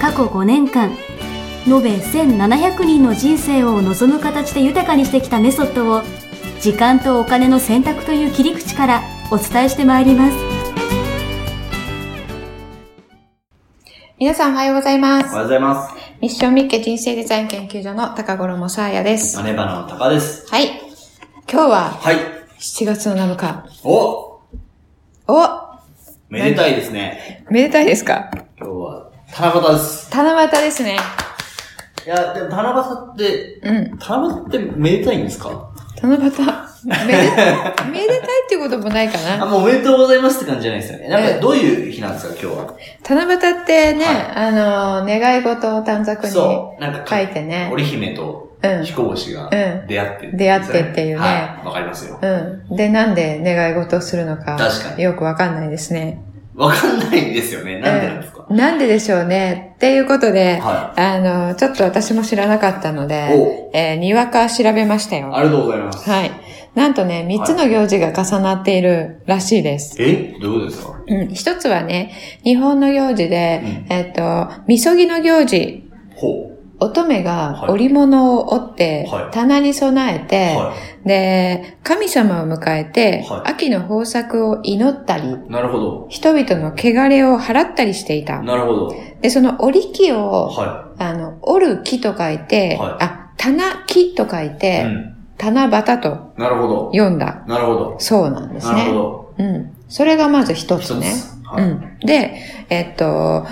過去5年間延べ1700人の人生を望む形で豊かにしてきたメソッドを時間とお金の選択という切り口からお伝えしてまいります皆さんおはようございまおすは。ようございま。ミッションミッケ人生デザイン研究所の高頃もさあやですす。は姉花の高です。い。今日ははい。 7月の7日。おおめでたいですね。めでたいですか今日は、七夕です。七夕ですね。いや、でも七夕って、うん。七夕ってめでたいんですか七夕。 めで、めでたいってこともないかあ、な。もうおめでとうございますって感じじゃないですよね。なんええかどういう日なんですか、今日は。七夕ってね、はいあの、願い事を短冊に書そう。なんか、いてね。織姫とうん彦星がうん出会って、出会ってっていうねはい。わかりますよ。うん。で、なんで願い事をするのか。確かによくわかんないですね。わかんないんですよね。なんでなんですか、うんなんででしょうね。っていうことで、はあの、ちょっと私も知らなかったので、おえーにわか調べましたよ。ありがとうございます。はい。なんとね、三つの行事が重なっているらしいです。えどういうことですかうん、一つはね、日本の行事で、うんえっと、みそぎの行事、ほ乙女がはい織物を織って、はい棚に備えう。て、はで、神様を迎えて、はい秋の豊作を祈ったり、い。なるほど。人々の汚れを払ったりしていた。なるほど。で、その織り機を、はあの、織る木と書いて、はあ、棚木と書いい。て、うん。七夕となるほど。読んだなるほど。そうなんですなるほね。ど。うん。それがまず一つ一ね。つ。はうい。ん。で、えっと、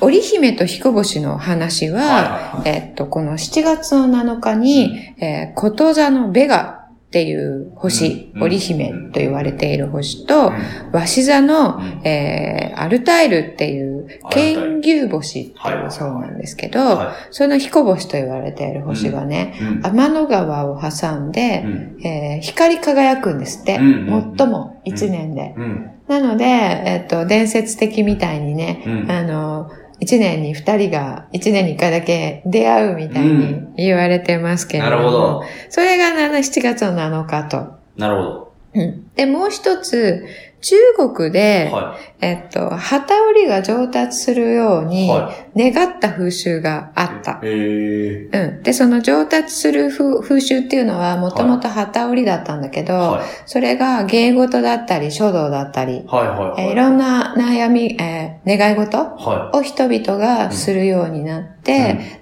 織姫と彦星の話は、はいはいはえっと、この7月の7日に、えー、こと座のベガっていう星、うんうん織姫と言われている星と、うんわし座の、うんえー、アルタイルっていう、アルタイル剣牛星っていうそうなんですけど、その彦星と言われている星がね、い。うん天の川を挟んで、うん。えー光り輝くんですって。うんうんうん最も一年で。うん。なので、えっと、伝説的みたいにね、うんあの、一年に二人が、一年に一回だけ出会うみたいうにん言われてますけれなども。るほど。それが7 7月の7日と。なるほど。うんで、もう一つ、中国で、はえっと、旗織りが上達するようい。に、は願った風習があいっ。た。えー。うん。で、その上達する風風習っていうのは、もともと旗織りだったんだけど、はい。それが芸事だったり、書道だったり、はいはえいーはいい。ろんな悩み、えー願い事はを人々がするようになっい。て、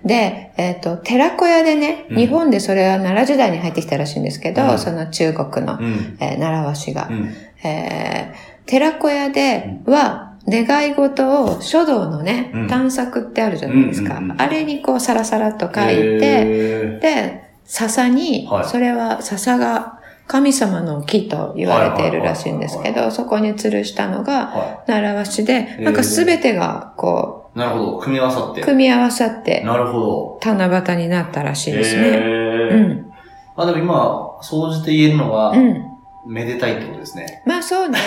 で、えっ、と、寺子屋でね、うん日本でそれは奈良時代に入ってきたらしいんですけど、うんその中国の、うん。うん。えー習わしがう、ん。えー寺子屋では、願い事を書道のねう、ん探索ってあるじゃないですか。うんうんうんうんあれにこうサラサラっと書いて、えで、笹に、はいそれは笹が神様の木と言われているらしいんですけはいはいはいはど、そこに吊るしたのー。がは習わしで、ーなんかすべてがこい。なるほど。組み合わさっう、て。組み合わさって、なるほど。七夕になったらしいですね。うえー。ん。まあでも今、総じて言えるのはう、ん。めでたいってことですね。まあそう ね。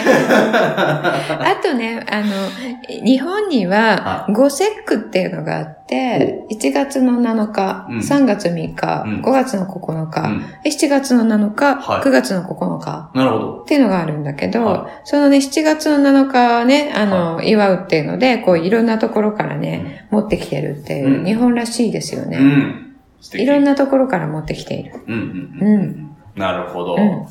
あとね、あの、日本にはは五節句っていうのがあって、1月の7日、うん3月3日、うん5月の9う日、ん。 7月の7日、はい9月の9日。なるほど。っていうのがあるんだけど、はそのね、7月の7日はね、あの、祝うっていうので、こう、いろんなところからね、持ってきてるっていう、うん日本らしいですようね、ん。素敵いろん。なところから持ってきている。うんうんううん。なるほど。うん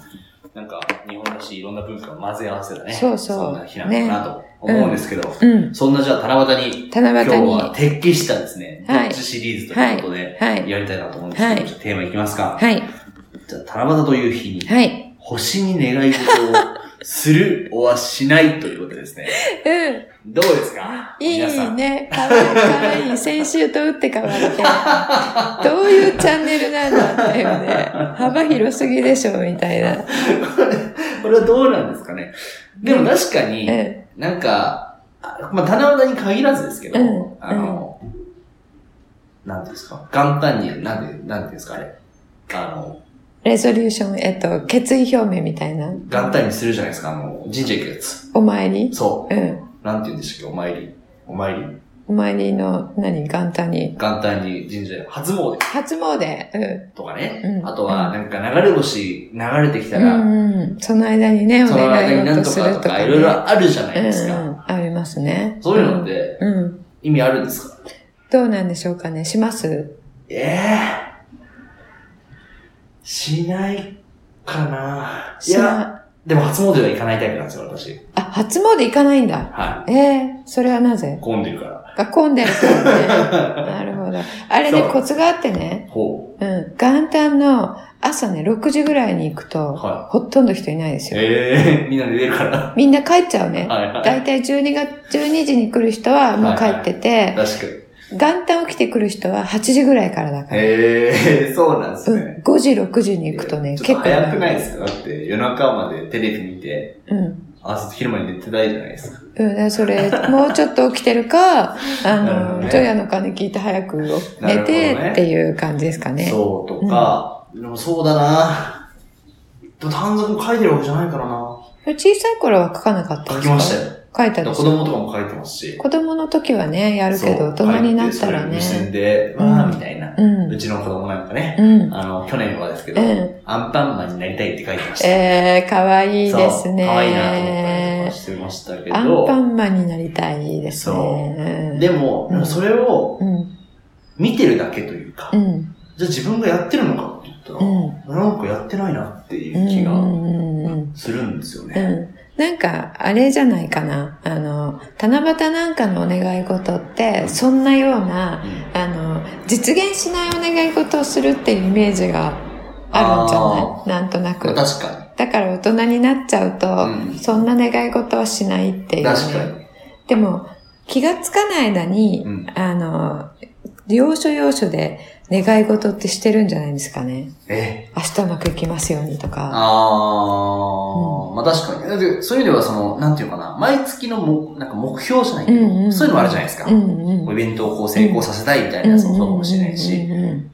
なんか、日本らしいいろんな文化を混ぜ合わせたね。そうそうんな日なのかなと思うんですけど、うん。そんなじゃあ七夕に、七今日夕に。はは鉄起したですね、どはいっちシリーズということで、い。やりたいなと思うんですけど、はいじゃあテーマいきますか。はい。じゃあ七夕という日に、はい。星に願い事をするおはしないということですね。うん。どうですかい皆さいん。ね。かわいい、かわいい。先週と打って変わって。どういうチャンネルなんだっていうね。幅広すぎでしょ、みたいな。これはどうなんですかね。でも確かうに、ん。なんか、あまあ、七夕に限らずですけど、うんあの、なんていうんですか元旦に、なんて、なんていうんですかあれ。あの、レゾリューション、えっと、決意表明みたいな。元旦にするじゃないですか、あの、神社行くやつ。お参りそうん。う。なんて言うんでしたっけ、お参り。お参り。元お参りの、何元旦に。旦に神社、初詣初詣。うん。とかね。うんあとは、なんか流れ星流れてきたうら、んうん。その間にね、おその間願にいなん事とするかとか、とかね。いろいろあるじゃないですうんうか。ん。ありますね。そういうのってうん。うん。意味あるんですかどうなんでしょうかねしますええしないかな。いしや、なでも初詣は行かないタイプなんですよ、私。あ、初詣行かないんだ。はええそれはなぜい。混んでるから。が混んでる からね。なるほど。あれねそ、うコツがあってね。ほうん。元旦の朝ね、6時ぐらいに行くと、はほとんど人いないですう。よ。ええみんな寝てるから。みんな帰っちゃうね。はいはい。だいたい12月、12時に来る人はもう帰ってて、確かに。元旦起きてくる人は8時ぐらいからだから。へえ、そうなんでうすね。ん。5時、6時に行くとね、ちょっと早くないいですかだって夜中までテレビ見て、うん。朝昼間に寝てたいじゃないですか。うん、だからそれ、もうちょっと起きてる か、あなるほどの、ね除夜の鐘聞いて早く寝て、なるほどねっていう感じですかね。そうとか、でもそうだなでも短冊も書いてるわけじゃないからな小さい頃は書かなかった書できすまかしたよ。書いたでだからし子ょ供とかも書いてますし。子供の時はね、やるけど、大人になったらね。そう書いてそれを無線で、わうーんみたいなう。ん。うちの子供なんかね、うん。あの、去年はですけどう、ん。アンパンマンになりたいって書いてました。えー、かわいいですね。そう可愛いなと思ったりとかしてましたけアンパど、ンマンになりたいですそね。うんでも、でもそれをうん。見てるだけというかう、ん。じゃあ自分がやってるのかって言ったら、うん。なんかやってないなっていうん。う気うがんうんうん。するんですよね。うん。なんか、あれじゃないかな。あの、七夕なんかのお願い事って、そんなような、うんあの、実現しないお願い事をするっていうイメージがあるんじゃないなんとなまくあ。確かだから大人になっちゃうと、に。そんな願い事はしないってういん、うね、確かに。でも、気がつかない間に、うんあの、要所要所で願い事ってしてるんじゃないですかね。え明日うまくいきますようにとか。あー、まあ確かに。だってそういう意味では、その、なんていうのかな、毎月のもなんか目標じゃないけど、うんうんそういうのもあるじゃないですか。うんうん。イベントをこう成功させたいみたいなやつもそうかもしれないうんし、うんうんうん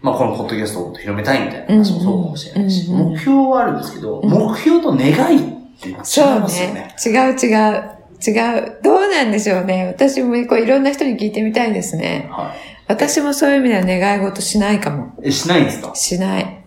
まあこのポッドキャストをもっと広めたいみたいな話もそうかもしれないし、うんうんうんうん目標はあるんですけど、うん目標と願いって違いますそうよね。ね。違う違う。違う。どうなんでしょうね。私もこういろんな人に聞いてみたいですね。は私もそういう意味では願い事しないかも。い。え、しないんですかしない。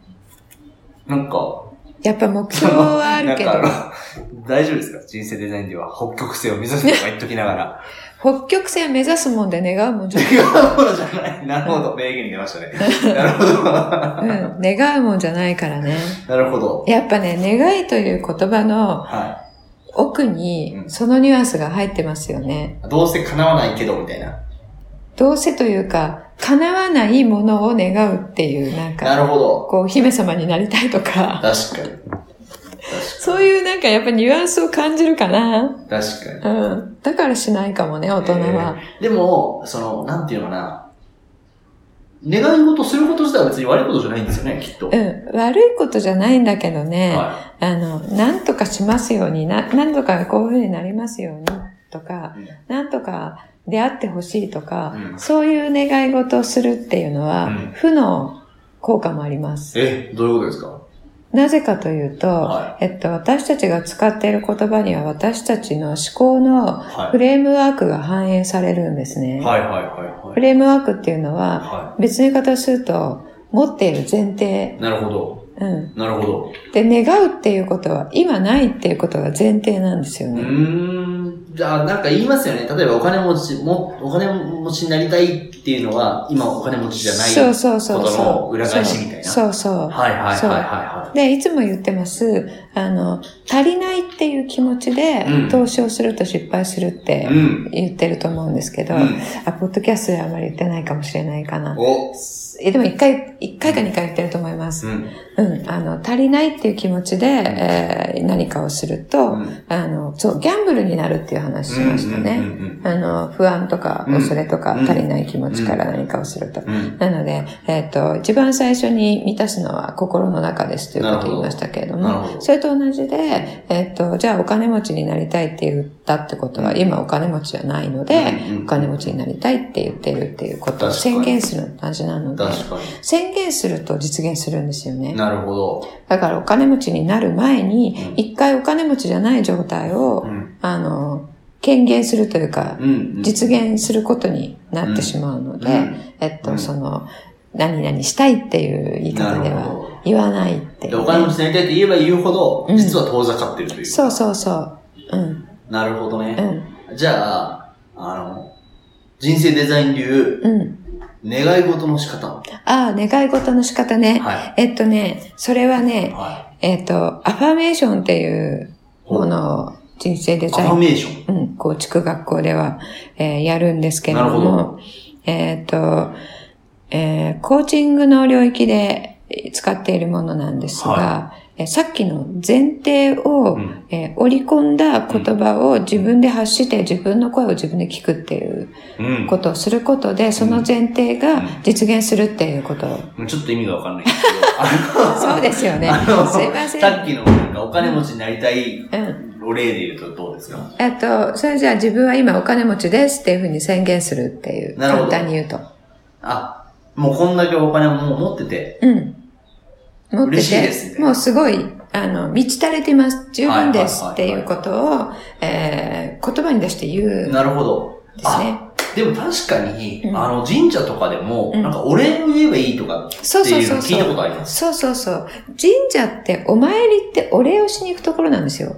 なんか、やっぱ目標はあるけど、 なんかあの大丈夫ですか人生デザインでは北極星を目指すとか言っときながら。 北極星目指すもんで願うもんじゃ違うものじゃない。なるほど。名言に出ましたね。なるほど。ない。うん。願うもんじゃないからね。なるほど。やっぱね、願いという言葉のは奥にう、んそのニュアンスが入ってますよね。い。どうせ叶わないけど、みたいな。どうせというか、叶わないものを願うっていう、なんなか、るほど。こう、姫様になりたいとか。 確かに。そういうなんかやっぱニュアンスを感じるかな。確かに。うん。だからしないかもね、大人は。えーでも、その、なんていうのかな。願い事すること自体は別に悪いことじゃないんですよね、きっと。はい。うん。悪いことじゃないんだけどね、あの、なんとかしますように、な、なんとかこういう風になりますようにとか、うんなんとか出会ってほしいとか、うんそういう願い事をするっていうのは、うん負の効果もあります。え、どういうことですかなぜかというと、はえっと、私たちが使っている言葉には私たちの思考のはフレームワークが反映されるんですね。い。はいはいはフいレームワークっていうのは、は別の言い方をすると、持っている前提。い。なるほど。うん。なるほど。で、願うっていうことは、今ないっていうことが前提なんですようね。ーん。じゃあ、なんか言いますよね。例えばお金持ち、も、お金持ちになりたいっていうのは、今お金持ちじゃない。そうそうそうことそのう。裏返しみたいなそうそうそはいはいはいはいはう。で、いつも言ってます、あの、足りないっていう気持ちでうん投資をすると失敗するっい。てうん。言ってると思うんですけど、うん。あ、ポッドキャストであまり言ってないかもしれないかな。お、すえでも一回、一回か二回言ってると思います。うん。うん。あの、足りないっていう気持ちで、えー何かをすると、うんあの、そう、ギャンブルになるっていう話しましたうね。んあの、不安とか、うん恐れとかう、ん足りない気持ちから何かをすると。うんうん。うんなので、えっ、と、一番最初に満たすのは心の中ですということを言いましたけれどなるほも、どそれと同じで、えっ、と、じゃあお金持ちになりたいって言ったってことは、うん今お金持ちじゃないので、うんうんお金持ちになりたいって言ってるっていうことを確かに宣言するのと同じなので、確か宣言すると実現するんですよねに。。なるほど。だからお金持ちになる前うんに、一回お金持ちじゃない状態を、うん。あの、権限するというかう、んうん。実現することになってしまうので、うんえっと、うんその、何々したいっていう言い方でなるほは言わないっていうでね、お金持ちになりたいって言えば言うほど、うん実は遠ざかってるという。そうそうそう。うん、なるほどうね。ん、じゃあ、あの、人生デザイン流、うん。願い事の仕方。ああ、願い事の仕方ね。はえっとね、それはね、はえっと、アファメーションっていうものを人生デい。アザイファン、メーション。うん、構築学校では、えーやるんですけれどなるほも、えっと、えーコーチングの領域でえー使っているものなんですが、はえーさっきの前提を、うんえー織り込んだ言葉を自分で発して自分の声を自分で聞くっていううんことをすることで、その前提が実現するっていう こと。うんちょっと意味がわかんないんですけど。あのそうですよね。あのすいま せさん。っきのなんかお金持ちになりたいうん。お例で言うとどうですかえっと、それじゃあ自分は今お金持ちですっていうふうに宣言するっていう。な簡るほど単に言うと。あ、もうこんだけお金をもう持ってて。うん。持って嬉しいて、ですみたいなもうすごい、あの、満ち足れてます。十分ですっていうことを、えー言葉に出して言うんでなるほど。すね。でも確かに、うんあの神社とかでも、うんなんかお礼を言えばいいとかってそうそういうそのう聞そいたこう。とあります。そうそうそう。神社ってお参りってお礼をしに行くところなんですよ。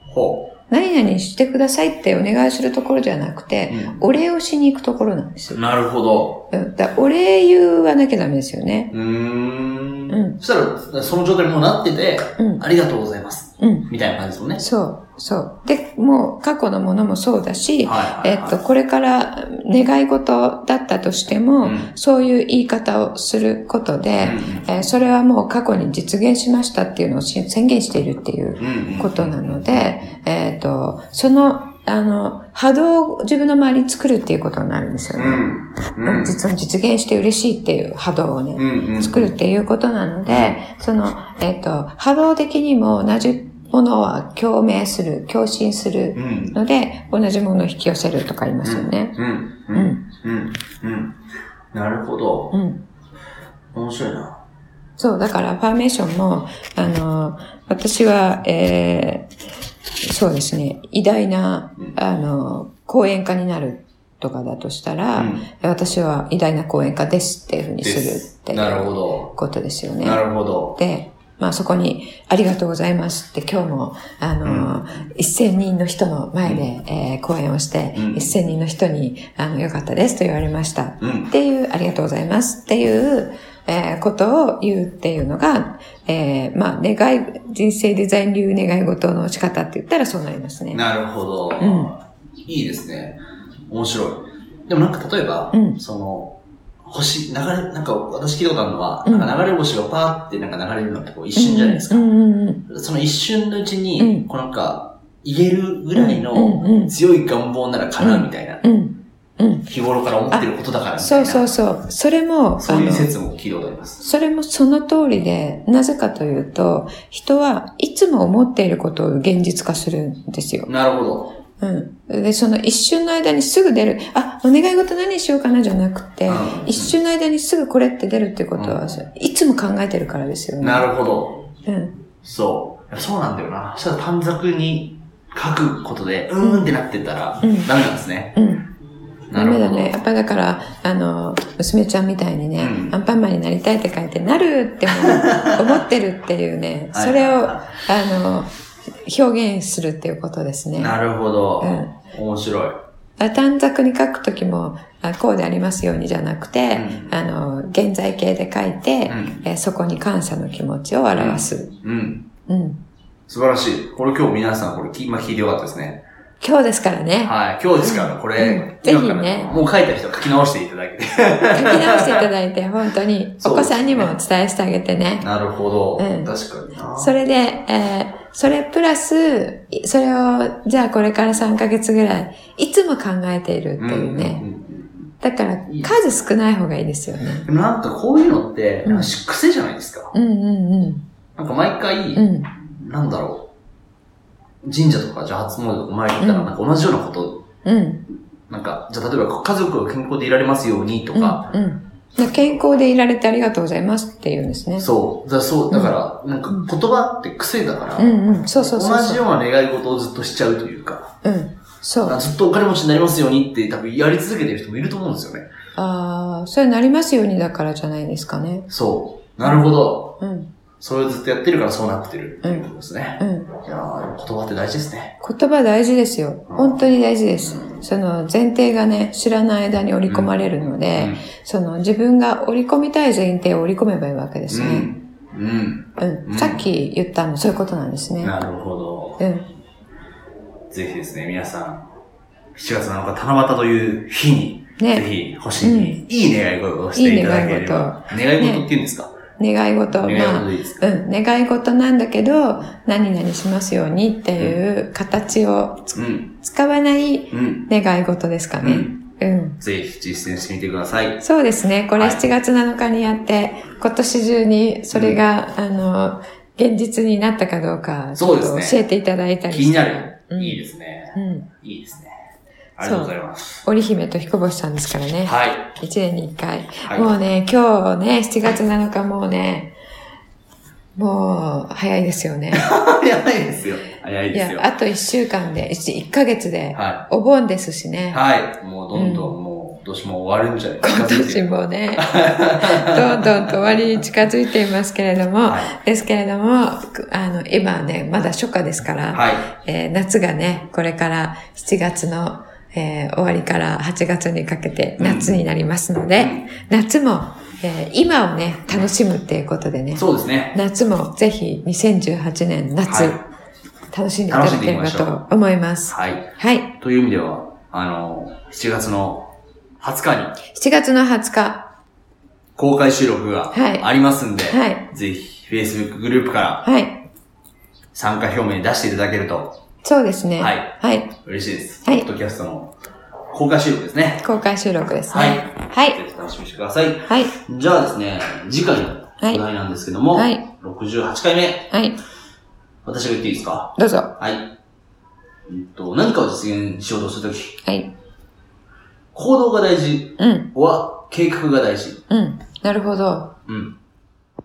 ほ何々してくださいってお願いするところじゃなくう。て、お礼をしに行くところなんですうよん。なるほど。うんだからお礼言わなきゃダメですよね。うーん,、うんそしたら、その状態にもうなってて、うん。ありがとうございます。うん。みたいな感じですもんね。そう、そう。で、もう過去のものもそうだし、はいはえい、っはい。と、これから願い事だったとしてうもん、そういう言い方をすることで、うえーそれはもう過去に実現しましたっていうのをし宣言しているっていうんうんうんことなので、えっ、と、その、あの、波動を自分の周りに作るっていうことになるんですようね。ん。うん。実実現して嬉しいっていう波動をね、うんうん。作るっていうことなので、その、えっ、と、波動的にも同じものは共鳴する、共振すうるん。ので、同じものを引き寄せるとか言いますよね。うん。うう。んん、うん。うん。なるほど。うん。面白いな。そう、だから、アファーメーションも、あの、私は、えーそうですね、偉大なうん、あの、講演家になるとかだとしたら、私は偉大な講演家ですっていうふうにするってうん。いなるうほど。ことですよね。なるほど。で、まあそこに、ありがとうございますって今日も、あの、1000人の人の前で、えー講演をして、うん1000人の人に、あの、よかったですと言われました。うんっ。ていう、ありがとうございますっていう、えーことを言うっていうのが、えーまあ、願い、人生デザイン流願い事の仕方って言ったらそうなりますね。なるほど。うんいいですね。面白い。でもなんか例えば、うんその、星、流れ、なんか私聞いたことあるのは、うんなんか流れ星がパーってなんか流れるのってこう一瞬じゃないですか。うんうんうんその一瞬のうちに、うんこうなんか、言えるぐらいうんのうんうん強い願望なら叶うみたいな、うん。うん。日頃から思ってることだからみたそいうな。そうそう。それも、そういうあの説も聞いたことあります。それもその通りで、なぜかというと、人はいつも思っていることを現実化するんですよ。なるほど。うん。で、その一瞬の間にすぐ出る、あ、お願い事何しようかなじゃなくて、うん一瞬の間にすぐこれって出るってことは、うんそれいつも考えてるからですよね。なるほど。うん。そう。そうなんだよな。そしたら短冊に書くことで、うーんってなってたら、うんダメなんですね。うん。ダなるメほだど。ね。やっぱだから、あの、娘ちゃんみたいにね、うんアンパンマンになりたいって書いて、なるって思う思ってるっていうね、 はいそれを、あの、表現するっていうことですね。なるほど。うん面白い。あ短冊に書くときも、あこうでありますようにじゃなくて、うんあの、現在形で書いて、うんえーそこに感謝の気持ちを表す。うん。うん。素晴らしい。これ今日皆さん、これき今聞いてよかったですね。今日ですからね。はい。今日ですから、これ、うん今かぜらひねもう書いた人は書き直していただけて。書き直していただいて、本当に、お そう子ですねさんにもお伝えしてあげてね。なるほど。うん確かにな。それで、えーそれプラス、いそれを、じゃあこれから3ヶ月ぐらい、いつも考えているっていうね。んんうんだから、数少ない方がいいですよね。でもなんかこういうのって、うんなんか癖じゃないですか。うんうんなんか毎回、うん。うん。なんだろう。神社とか、じゃあ初詣とか前に行ったら、うんなんか同じようなこと、うん。なんか、じゃあ例えば家族が健康でいられますようにとうん。か、うん。で健康でいられてありがとうございますって言うんですね。そう、だそう、だから、なんか言葉って癖だから、うんうん。そうそうそうそう。同じような願い事をずっとしちゃうというか、うん。そう。ずっとお金持ちになりますようにって多分やり続けてる人もいると思うんですよね。ああ、それなりますようにだからじゃないですかね。そう。なるほど。うん。それをずっとやってるからそうなってるっていうことですね。うん。いやー、言葉って大事ですね。言葉大事ですよ。本当に大事です。その前提がね、知らない間に織り込まれるので、その自分が織り込みたい前提を織り込めばいいわけですうね。ん。うん。うん。うんさっき言ったの、そういうことなんですね。なるほど。うん。ぜひですね、皆さん、7月7日七夕という日に、ねぜひ星にいい願い事をしていただければ。願い事っていうんですか、願い事、願いま事あ、でいいですか、うん、願い事なんだけど、何々しますようにっていう形をつうん。使わないうん。願い事ですかうね。ん。うん。ぜひ実践してみてください。そうですね。これはい7月7日にやって、今年中にそれが、あの、現実になったかどうか、ちそょうっですとね教えていただいたり気になる。うんいいですね。うん。いいですね。ありがとうございます。織姫と彦星さんですからね。はい。 一年に一回。はいもうね、今日ね、7月7日もうね、もう、早いですよね。やばいですよ。早いいですやよ、。あと1週間で、1, ヶ月で、はお盆ですしね。はい。もうどんどんもう、今年も終わるんじゃないです今年か。も ね、どんどんと終わりに近づいていますけれども、はですけれども、くあの、今はね、まだ初夏ですから、はい。えー夏がね、これから7月の、えー終わりから8月にかけて夏になりますので、うん夏も、えー今をね、楽しむっていうことでね、そうですね。夏もぜひ2018年夏、はい楽しんでいただければと思います。はい。はい。という意味では、あの、7月の20日に7月の20日、公開収録がはいありますんで、はいぜひ Facebook グループからはい。参加表明に出していただけるとそうですね。はいはい嬉しいです。はいポッドキャストの公開収録ですね。公開収録ですはいね。はい。ぜひ楽しみにしてください。はい。じゃあですね、次回のお題なんですけども、はい68回目、はい。私が言っていいですかどうぞ。はい。うんと、何かを実現しようとするとき、はい。行動が大事うん。は計画が大事。うん。なるほど。うん。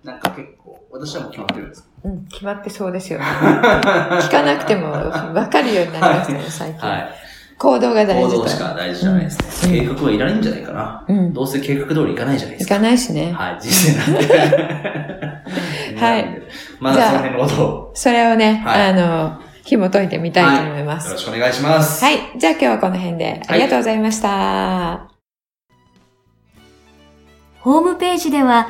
なんか結構、私はもう決まってるんです。うん。決まってそうですよ ね。聞かなくても分かるようになりましたね、最近。はい。行動が大行事動とし。か大事じゃないですね。計画はいらないんじゃないかな。うんどうせ計画通りいかないじゃないでいすか。かないしね。はい、人生なんで。 はい。まだその辺のことを。それをね、はいあの、紐解いてみたいと思いまはよすろ。しくお願いします。はい。じゃあ今日はこの辺でありがとうございました。ホームページでは、